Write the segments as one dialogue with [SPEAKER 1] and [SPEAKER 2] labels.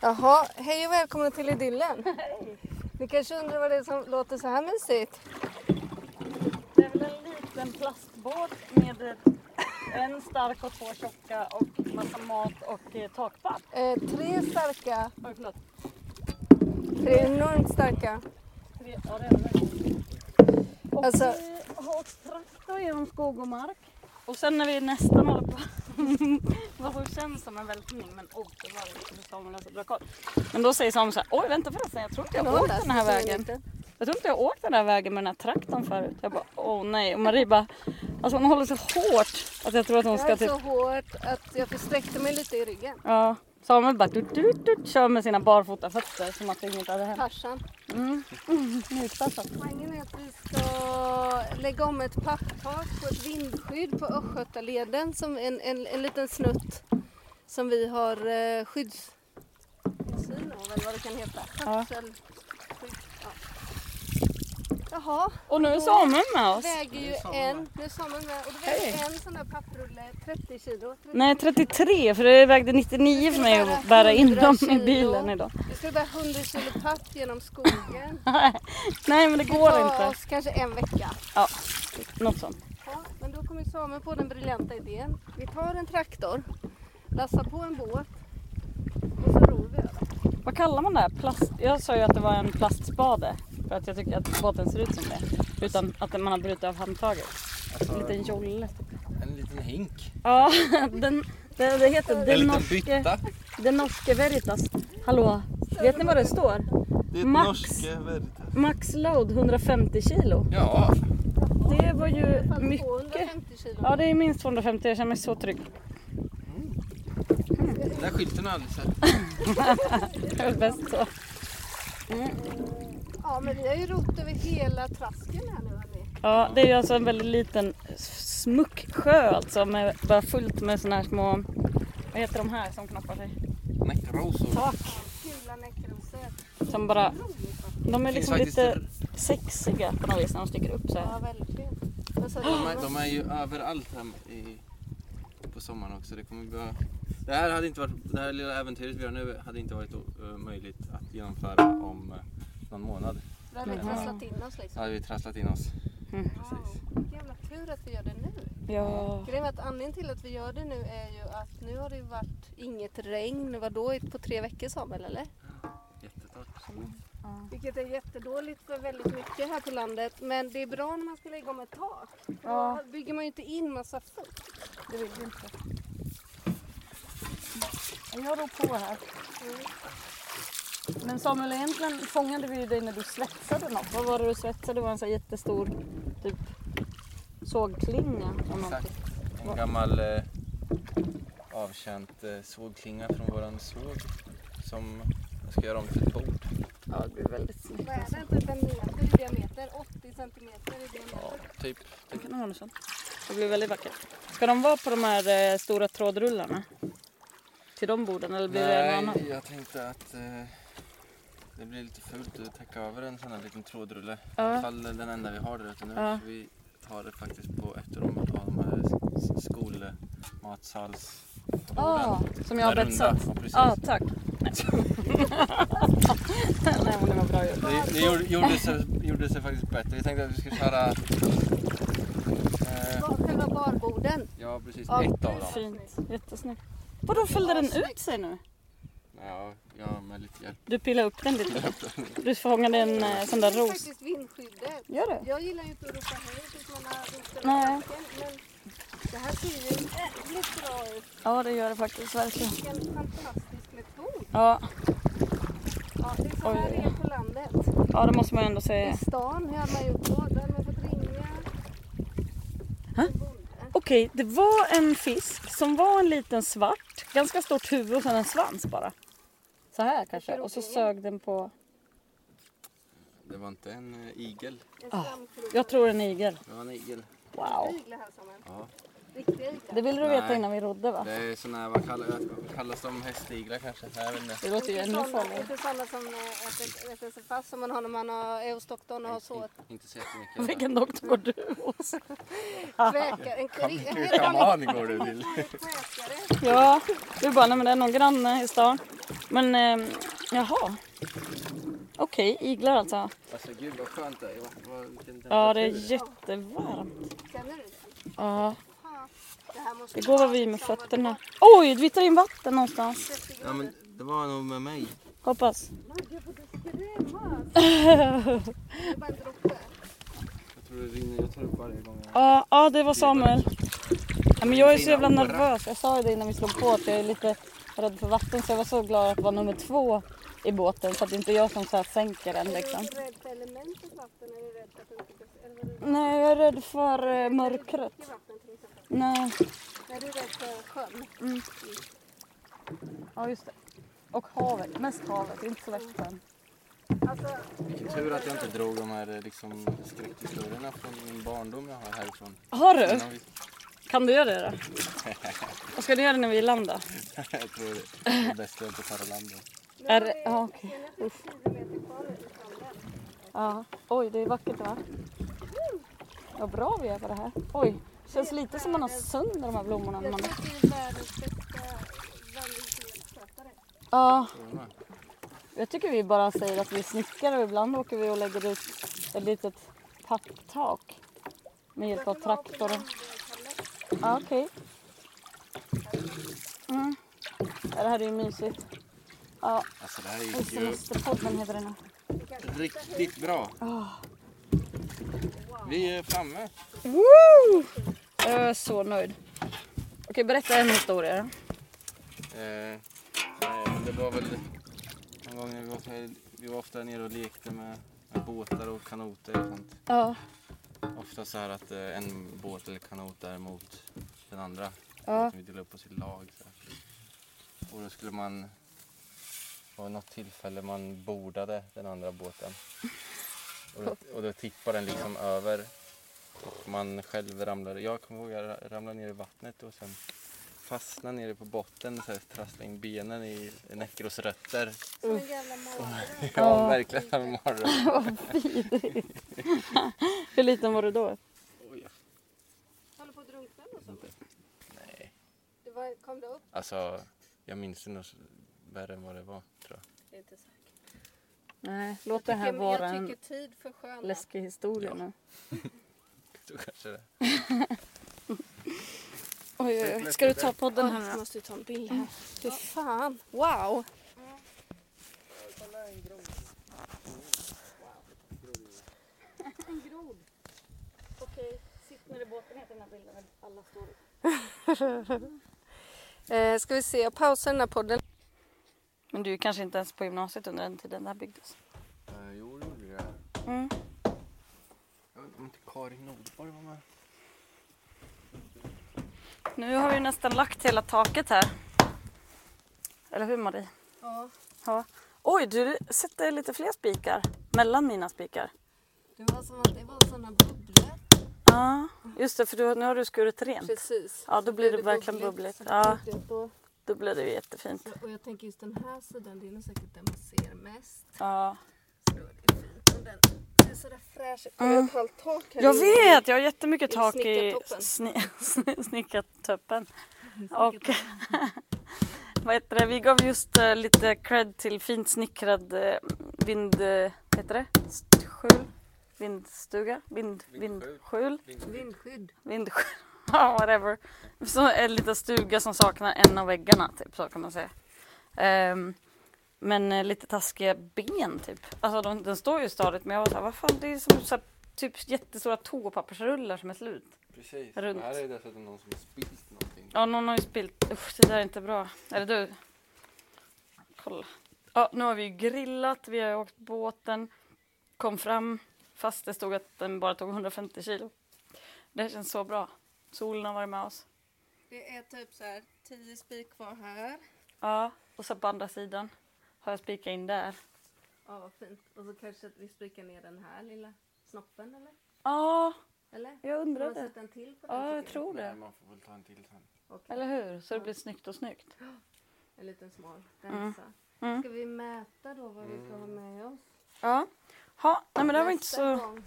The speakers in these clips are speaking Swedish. [SPEAKER 1] Jaha, hej och välkomna till Idyllen. Ni kanske undrar vad det är som låter så här mysigt?
[SPEAKER 2] Det är väl en liten plastbåt med ett- en stark och två tjocka och massa mat och eh, takpapp.
[SPEAKER 1] Eh, tre starka,
[SPEAKER 2] Oj, förlåt.
[SPEAKER 1] tre enormt starka.
[SPEAKER 2] Tre- Ja, det är det verkligen. Och
[SPEAKER 1] Alltså-
[SPEAKER 2] vi har åkt traktor genom skog och mark. Och sen när vi nästan håller på, vad det känns som en vältning, men oh, det var alltså, det Samuel har så bra koll. Men då säger Samuel så här, oj vänta förresten, jag tror inte jag har åkt den här vägen. Jag tror inte jag har åkt den här vägen med den här traktorn förut. Jag bara, åh nej. Och Marie bara, alltså hon håller så hårt att jag tror att hon
[SPEAKER 1] Jag
[SPEAKER 2] ska
[SPEAKER 1] är
[SPEAKER 2] typ
[SPEAKER 1] så hårt att jag försträckte mig lite i ryggen.
[SPEAKER 2] Ja, Samuel bara tut, tut, tut, kör med sina barfota fötter som att inget hade hänt.
[SPEAKER 1] Tarzan.
[SPEAKER 2] Mm. Mjukpassat.
[SPEAKER 1] Poängen är att vi ska lägga om ett papptak på ett vindskydd på Östgötaleden som en, en, en liten snutt som vi har eh, skydds... Tillsyn av eller vad det kan heta.
[SPEAKER 2] Ja.
[SPEAKER 1] Skydd, ja. Jaha,
[SPEAKER 2] Och nu är Samuel med oss.
[SPEAKER 1] väger ju en, nu sa man med, och då väger en sån här papprulle 30 kilo. 30
[SPEAKER 2] Nej 33 för det vägde 99 för mig att bära in dem i
[SPEAKER 1] 100
[SPEAKER 2] bilen
[SPEAKER 1] kilo.
[SPEAKER 2] idag.
[SPEAKER 1] Vi skulle bära 100 kilo papp genom skogen.
[SPEAKER 2] Nej men det går
[SPEAKER 1] tar
[SPEAKER 2] inte.
[SPEAKER 1] oss kanske en vecka.
[SPEAKER 2] Ja, något sånt.
[SPEAKER 1] Ja, men då kom ju Samuel på den briljanta idén. Vi tar en traktor, lassar på en båt och så ror vi Alltså, över.
[SPEAKER 2] Vad kallar man det här? Plast? Jag sa ju att det var en plastspade för att jag tycker att båten ser ut som det. Utan att man har brutit av handtaget.
[SPEAKER 3] Alltså-
[SPEAKER 2] En liten jolle. typ.
[SPEAKER 3] En liten hink.
[SPEAKER 2] Ja, den, det, det heter
[SPEAKER 3] En
[SPEAKER 2] Den
[SPEAKER 3] liten
[SPEAKER 2] norske...
[SPEAKER 3] bytta.
[SPEAKER 2] Den norske Veritas. Hallå, vet ni vad det står?
[SPEAKER 3] Det
[SPEAKER 2] ett Max. norske Max load 150 kilo.
[SPEAKER 3] Ja,
[SPEAKER 2] Det var ju
[SPEAKER 1] Fast
[SPEAKER 2] mycket.
[SPEAKER 1] 250 kilo.
[SPEAKER 2] Ja, det är minst 250. Jag känner mig så trygg.
[SPEAKER 3] den där skylten har jag aldrig sett.
[SPEAKER 2] Det är väl bäst så.
[SPEAKER 1] Ja, men vi har ju rott över hela trasken här nu hörni.
[SPEAKER 2] Ja, det är ju alltså en väldigt liten s- smucksjö alltså med bara fullt med såna här små vad heter de här som knappar sig?
[SPEAKER 3] Näckrosor.
[SPEAKER 2] Tak.
[SPEAKER 1] Gula näckrosor.
[SPEAKER 2] Som bara... De är
[SPEAKER 3] Finns
[SPEAKER 2] liksom
[SPEAKER 3] faktiskt
[SPEAKER 2] lite
[SPEAKER 3] r-
[SPEAKER 2] sexiga på något vis när de sticker upp så
[SPEAKER 1] Ja,
[SPEAKER 2] här.
[SPEAKER 1] verkligen. Vad sa
[SPEAKER 3] De är,
[SPEAKER 1] du?
[SPEAKER 3] de är ju överallt här i, på sommaren också. Det, kommer behöva, det, här hade inte varit, det här lilla äventyret vi gör nu hade inte varit eh, möjligt att genomföra om eh, någon månad.
[SPEAKER 1] Då hade vi trasslat in oss
[SPEAKER 3] Då
[SPEAKER 1] liksom.
[SPEAKER 3] hade vi trasslat in oss. Precis.
[SPEAKER 1] Wow, vilken jävla tur att vi gör det nu.
[SPEAKER 2] Ja.
[SPEAKER 1] Grejen är att anledningen till att vi gör det nu är ju att nu har det ju varit inget regn, vadå, på tre veckor Samuel eller?
[SPEAKER 3] Jättetort.
[SPEAKER 1] Vilket är jättedåligt för väldigt mycket här på landet. Men det är bra när man ska lägga om ett tak.
[SPEAKER 2] Ja.
[SPEAKER 1] Då bygger man ju inte in massa fukt.
[SPEAKER 2] Det vill vi inte. Jag rår på här. Men Samuel, egentligen fångade vi ju dig när du svetsade något. Vad var det du svetsade? Det var en så här jättestor typ sågklinga. av någonting.
[SPEAKER 3] Exakt. En gammal eh, avkänt eh, sågklinga från våran såg som jag ska göra om till ett bord.
[SPEAKER 2] Ja, det blir väldigt snyggt.
[SPEAKER 1] Vad är den? Typ en meter i diameter? 80 centimeter i
[SPEAKER 3] Ja,
[SPEAKER 1] diameter?
[SPEAKER 3] typ.
[SPEAKER 2] Det kan nog vara något sånt. Det blir väldigt vackert. Ska de vara på de här eh, stora trådrullarna? Till de borden eller blir det en annan?
[SPEAKER 3] Nej, jag tänkte att eh, det blir lite fult att täcka över en sån här liten trådrulle. I alla
[SPEAKER 2] Ja.
[SPEAKER 3] fall den enda vi har där ute nu.
[SPEAKER 2] Ja.
[SPEAKER 3] Så vi tar det faktiskt på ett rum och tar de här s- s- skolmatsals...
[SPEAKER 2] Ah, som jag har
[SPEAKER 3] Den här runda,
[SPEAKER 2] betsat. Ah.
[SPEAKER 3] ja, precis.
[SPEAKER 2] Ja, tack. Nej, Nej men det var bra gjort.
[SPEAKER 3] Det, det gjorde, gjorde, sig, gjorde sig faktiskt bättre. Vi tänkte att vi skulle köra... Eh,
[SPEAKER 1] Var- Själva barborden?
[SPEAKER 3] ja, precis.
[SPEAKER 1] Ja,
[SPEAKER 3] Ett av dem.
[SPEAKER 2] Fint, jättesnyggt. Vadå fällde
[SPEAKER 1] Ja,
[SPEAKER 2] den
[SPEAKER 1] snyggt.
[SPEAKER 2] ut sig nu?
[SPEAKER 3] Ja, ja, med lite hjälp.
[SPEAKER 2] Du pillade upp den lite. Du fångade en eh, sån där
[SPEAKER 1] Det är
[SPEAKER 2] ros.
[SPEAKER 1] faktiskt vindskyddet.
[SPEAKER 2] Gör du?
[SPEAKER 1] Jag gillar ju inte att ropa hej tills man har ropat över
[SPEAKER 2] Nej.
[SPEAKER 1] marken, Men det här ser ju jävligt bra ut.
[SPEAKER 2] Ja det gör det faktiskt, verkligen.
[SPEAKER 1] Vilken fantastisk metod.
[SPEAKER 2] Ja,
[SPEAKER 1] Ja, det är så här
[SPEAKER 2] Oj.
[SPEAKER 1] det är på landet.
[SPEAKER 2] ja det måste man ändå säga.
[SPEAKER 1] I stan, hur hade man gjort då? Då hade man fått ringa.
[SPEAKER 2] Hä?
[SPEAKER 1] en bonde.
[SPEAKER 2] Okej, det var en fisk som var en liten svart, ganska stort huvud och sen en svans bara. Så här kanske. Och så sög den på...
[SPEAKER 3] Det var inte en eh, igel.
[SPEAKER 1] En
[SPEAKER 2] Ah,
[SPEAKER 1] slamkrok.
[SPEAKER 2] Jag tror en igel.
[SPEAKER 3] Det var en igel.
[SPEAKER 2] Wow.
[SPEAKER 1] Igla här Samuel.
[SPEAKER 3] Ja.
[SPEAKER 1] Riktiga iglar.
[SPEAKER 2] Det ville du veta
[SPEAKER 3] Nej.
[SPEAKER 2] innan vi rodde va?
[SPEAKER 3] Det är såna här, vad kallas, vad kallas de? Hästiglar kanske? Nej, Jag vet inte.
[SPEAKER 2] Det låter ju ännu farligare.
[SPEAKER 1] Inte sådana som eh, äter, äter sig fast som man har när man har, är hos doktorn och har såret.
[SPEAKER 3] Inte- Inte så jättemycket.
[SPEAKER 2] Vilken doktor går du hos?
[SPEAKER 1] Kväkare. En kri- en helt vanlig
[SPEAKER 3] Kaman går du till.
[SPEAKER 1] kväkare.
[SPEAKER 2] Ja, du bara, nej men det är någon granne i stan. Men eh, jaha. Okej, iglar alltså.
[SPEAKER 3] Alltså gud vad skönt det är. Vad- vad- vilken
[SPEAKER 2] Ja, det är
[SPEAKER 3] temperatur.
[SPEAKER 2] jättevarmt.
[SPEAKER 1] Känner du det? Ja.
[SPEAKER 2] Ja,
[SPEAKER 1] Det här måste
[SPEAKER 2] det går väl
[SPEAKER 1] vara liksom-
[SPEAKER 2] vi med
[SPEAKER 1] som vad det
[SPEAKER 2] fötterna.
[SPEAKER 1] var
[SPEAKER 2] Oj, vi tar in vatten någonstans.
[SPEAKER 1] 30
[SPEAKER 3] Ja,
[SPEAKER 1] grader.
[SPEAKER 3] men det var nog med mig.
[SPEAKER 2] Hoppas.
[SPEAKER 1] Oj, jag borde skrämmas. Det är bara en droppe.
[SPEAKER 3] Jag tror det rinner. Jag tar upp varje gång. jag-
[SPEAKER 2] Ja, ja, det var Samuel. Ja, men jag är så jävla nervös. Jag sa ju det innan vi slog på att jag är lite rädd för vatten så jag var så glad att vara nummer två i båten så att det inte är jag som så här sänker den liksom.
[SPEAKER 1] Är du rädd för elementet vatten? Är du rädd för att du inte bes- eller vad är du-
[SPEAKER 2] Nej, jag är rädd för eh, mörkret.
[SPEAKER 1] mycket vatten till exempel?
[SPEAKER 2] Nej.
[SPEAKER 1] Är du rädd för sjön?
[SPEAKER 2] Ja, just det. Och havet. Mest havet, inte så värst sjön.
[SPEAKER 1] Alltså,
[SPEAKER 3] Vilken tur att jag inte drog de här eh, liksom, skräckhistorierna från min barndom jag har härifrån.
[SPEAKER 2] Har du?
[SPEAKER 3] Innan vi-
[SPEAKER 2] Kan du göra det då? Vad ska du göra när vi landar?
[SPEAKER 3] jag tror det är det bästa på Taralandet.
[SPEAKER 1] nu
[SPEAKER 2] Är
[SPEAKER 1] har
[SPEAKER 2] det...
[SPEAKER 1] vi
[SPEAKER 2] Ja, okej.
[SPEAKER 1] 330 meter kvar i stranden.
[SPEAKER 2] Ja. Oj, det är vackert va? Vad bra vi är på det här. Oj, känns lite som man har sönder de här blommorna. När
[SPEAKER 1] Jag
[SPEAKER 2] man...
[SPEAKER 1] tror att det är världens bästa vandringsskötare.
[SPEAKER 2] Ja,
[SPEAKER 3] Tror du med?
[SPEAKER 2] jag tycker vi bara säger att vi är snickare och ibland åker vi och lägger ut ett litet papptak med hjälp av traktor. och- Ja, okej. Mm. Ja, Det här är ju mysigt. Ja,
[SPEAKER 3] Alltså det här
[SPEAKER 2] Oj,
[SPEAKER 3] gick ju
[SPEAKER 2] Semesterpodden heter den.
[SPEAKER 3] riktigt bra. Vi är framme.
[SPEAKER 2] Woo! Jag är så nöjd. Okej, berätta en historia då.
[SPEAKER 3] Eh, nej, men det var väl någon gång när vi var, här, vi var ofta nere och lekte med, med båtar och kanoter och sånt.
[SPEAKER 2] Ja,
[SPEAKER 3] Ofta så här att eh, en båt eller kanot är mot den andra.
[SPEAKER 2] Ja.
[SPEAKER 3] Liksom, Vi delade upp oss i lag. Så här. Och då skulle man, det var något tillfälle man bordade den andra båten. Och då, och då tippade den liksom över. Och man själv ramlade, jag kommer ihåg jag ra- ramlade ner i vattnet och sen fastnade nere på botten och så här trasslade in benen i en ekros rötter.
[SPEAKER 1] Som en jävla mardröm.
[SPEAKER 3] Ja, verkligen en morgon.
[SPEAKER 2] hur liten var du då?
[SPEAKER 3] Oj,
[SPEAKER 1] Håller på att drunkna eller så.
[SPEAKER 3] nej.
[SPEAKER 1] Det var, kom det upp?
[SPEAKER 3] Alltså, jag minns det nog så- värre än vad det var tror jag.
[SPEAKER 1] Jag är inte säker.
[SPEAKER 2] Nej, låt det här
[SPEAKER 1] Tycker-
[SPEAKER 2] vara
[SPEAKER 1] Jag
[SPEAKER 2] en
[SPEAKER 1] tycker tid för sköna.
[SPEAKER 2] läskig historia
[SPEAKER 3] Ja.
[SPEAKER 2] nu.
[SPEAKER 3] Så kanske det.
[SPEAKER 2] Oj, oj, oj. Ska du ta podden här Mm.
[SPEAKER 1] Jag
[SPEAKER 2] nu då?
[SPEAKER 1] måste ju ta en bild här. Fy fan. Wow.
[SPEAKER 2] Okej, sitt ner i båten heter den här bilden. Alla står
[SPEAKER 1] Eh, ska vi se, jag pausar den här podden.
[SPEAKER 2] Men du är kanske inte ens på gymnasiet under den tiden det här byggdes?
[SPEAKER 3] Eh, Jo, det gjorde jag.
[SPEAKER 2] Mm.
[SPEAKER 3] Jag vet inte Karin Nordborg var med.
[SPEAKER 2] Nu har vi nästan lagt hela taket här. Eller hur Marie?
[SPEAKER 1] Ja,
[SPEAKER 2] Ja. Oj, du sätter lite fler spikar mellan mina spikar.
[SPEAKER 1] det var som att det var sådana bubblor.
[SPEAKER 2] Ja, just det för du, nu har du skurit rent.
[SPEAKER 1] Precis.
[SPEAKER 2] Ja, då blir det verkligen bubbligt. Ja,
[SPEAKER 1] Då,
[SPEAKER 2] då blir det ju jättefint.
[SPEAKER 1] och jag tänker just den här sidan, det är nog säkert den man ser mest.
[SPEAKER 2] Ja.
[SPEAKER 1] Så det är fint om den ser sådär fräsch ut. Kommer mm. ett halvt tak här
[SPEAKER 2] Jag
[SPEAKER 1] inne?
[SPEAKER 2] vet, jag har jättemycket
[SPEAKER 1] I
[SPEAKER 2] tak i
[SPEAKER 1] snickartoppen.
[SPEAKER 2] sni, sni, snickartoppen. Och vad heter det, vi gav just eh, lite cred till fint snickrad eh, vind... eh, vad heter det? St- Skjul? Vindstuga? Vind, vindskjul?
[SPEAKER 1] Vindskydd.
[SPEAKER 2] Vindskydd. Ja, whatever. Så en liten stuga som saknar en av väggarna, typ så kan man säga. Ehm, men eh, lite taskiga ben, typ. Alltså de, den står ju stadigt, men jag var såhär, vad fan, det är som så här, typ jättestora toapappersrullar som är slut.
[SPEAKER 3] Precis.
[SPEAKER 2] Runt.
[SPEAKER 3] Här är dessutom någon som har spilt någonting.
[SPEAKER 2] Ja, någon har ju spilt. Usch, det där är inte bra. Är det du? Kolla. Ja, nu har vi ju grillat, vi har åkt båten, kom fram, fast det stod att den bara tog 150 kilo. Det här känns så bra. Solen har varit med oss.
[SPEAKER 1] Det är typ så här 10 spik kvar här.
[SPEAKER 2] Ja, och så på andra sidan har jag spikat in där.
[SPEAKER 1] Ja, vad fint. Och så kanske att vi spikar ner den här lilla snoppen eller?
[SPEAKER 2] Ja,
[SPEAKER 1] Eller?
[SPEAKER 2] jag
[SPEAKER 1] Har man
[SPEAKER 2] undrade.
[SPEAKER 1] satt en till på den?
[SPEAKER 2] Ja, jag
[SPEAKER 1] tycker
[SPEAKER 2] tror
[SPEAKER 3] Nej,
[SPEAKER 2] det.
[SPEAKER 3] man får väl ta en till sen.
[SPEAKER 1] jag? Okej.
[SPEAKER 2] Eller hur? Så det blir snyggt och snyggt.
[SPEAKER 1] En liten smal remsa.
[SPEAKER 2] Mm.
[SPEAKER 1] Ska vi mäta då vad vi ska ha med oss?
[SPEAKER 2] Ja. Ha, nej men det här var inte
[SPEAKER 1] nästa
[SPEAKER 2] så,
[SPEAKER 1] gång?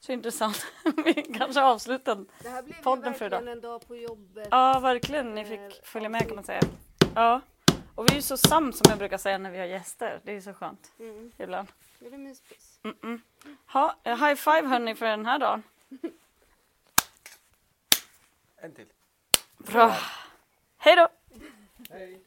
[SPEAKER 2] så intressant. Vi kanske avslutar den.
[SPEAKER 1] Det här blev ju
[SPEAKER 2] podden för idag.
[SPEAKER 1] verkligen en dag på jobbet.
[SPEAKER 2] Ja, verkligen. Ni fick följa med kan man säga. Ja. Och vi är ju så sams som jag brukar säga när vi har gäster. Det är ju så skönt
[SPEAKER 1] Mm.
[SPEAKER 2] ibland.
[SPEAKER 1] Det är det myspys.
[SPEAKER 2] Mm-mm. Ha, eh, high five hörni för den här dagen.
[SPEAKER 3] En till.
[SPEAKER 2] Bra. Hej då!
[SPEAKER 3] Hej.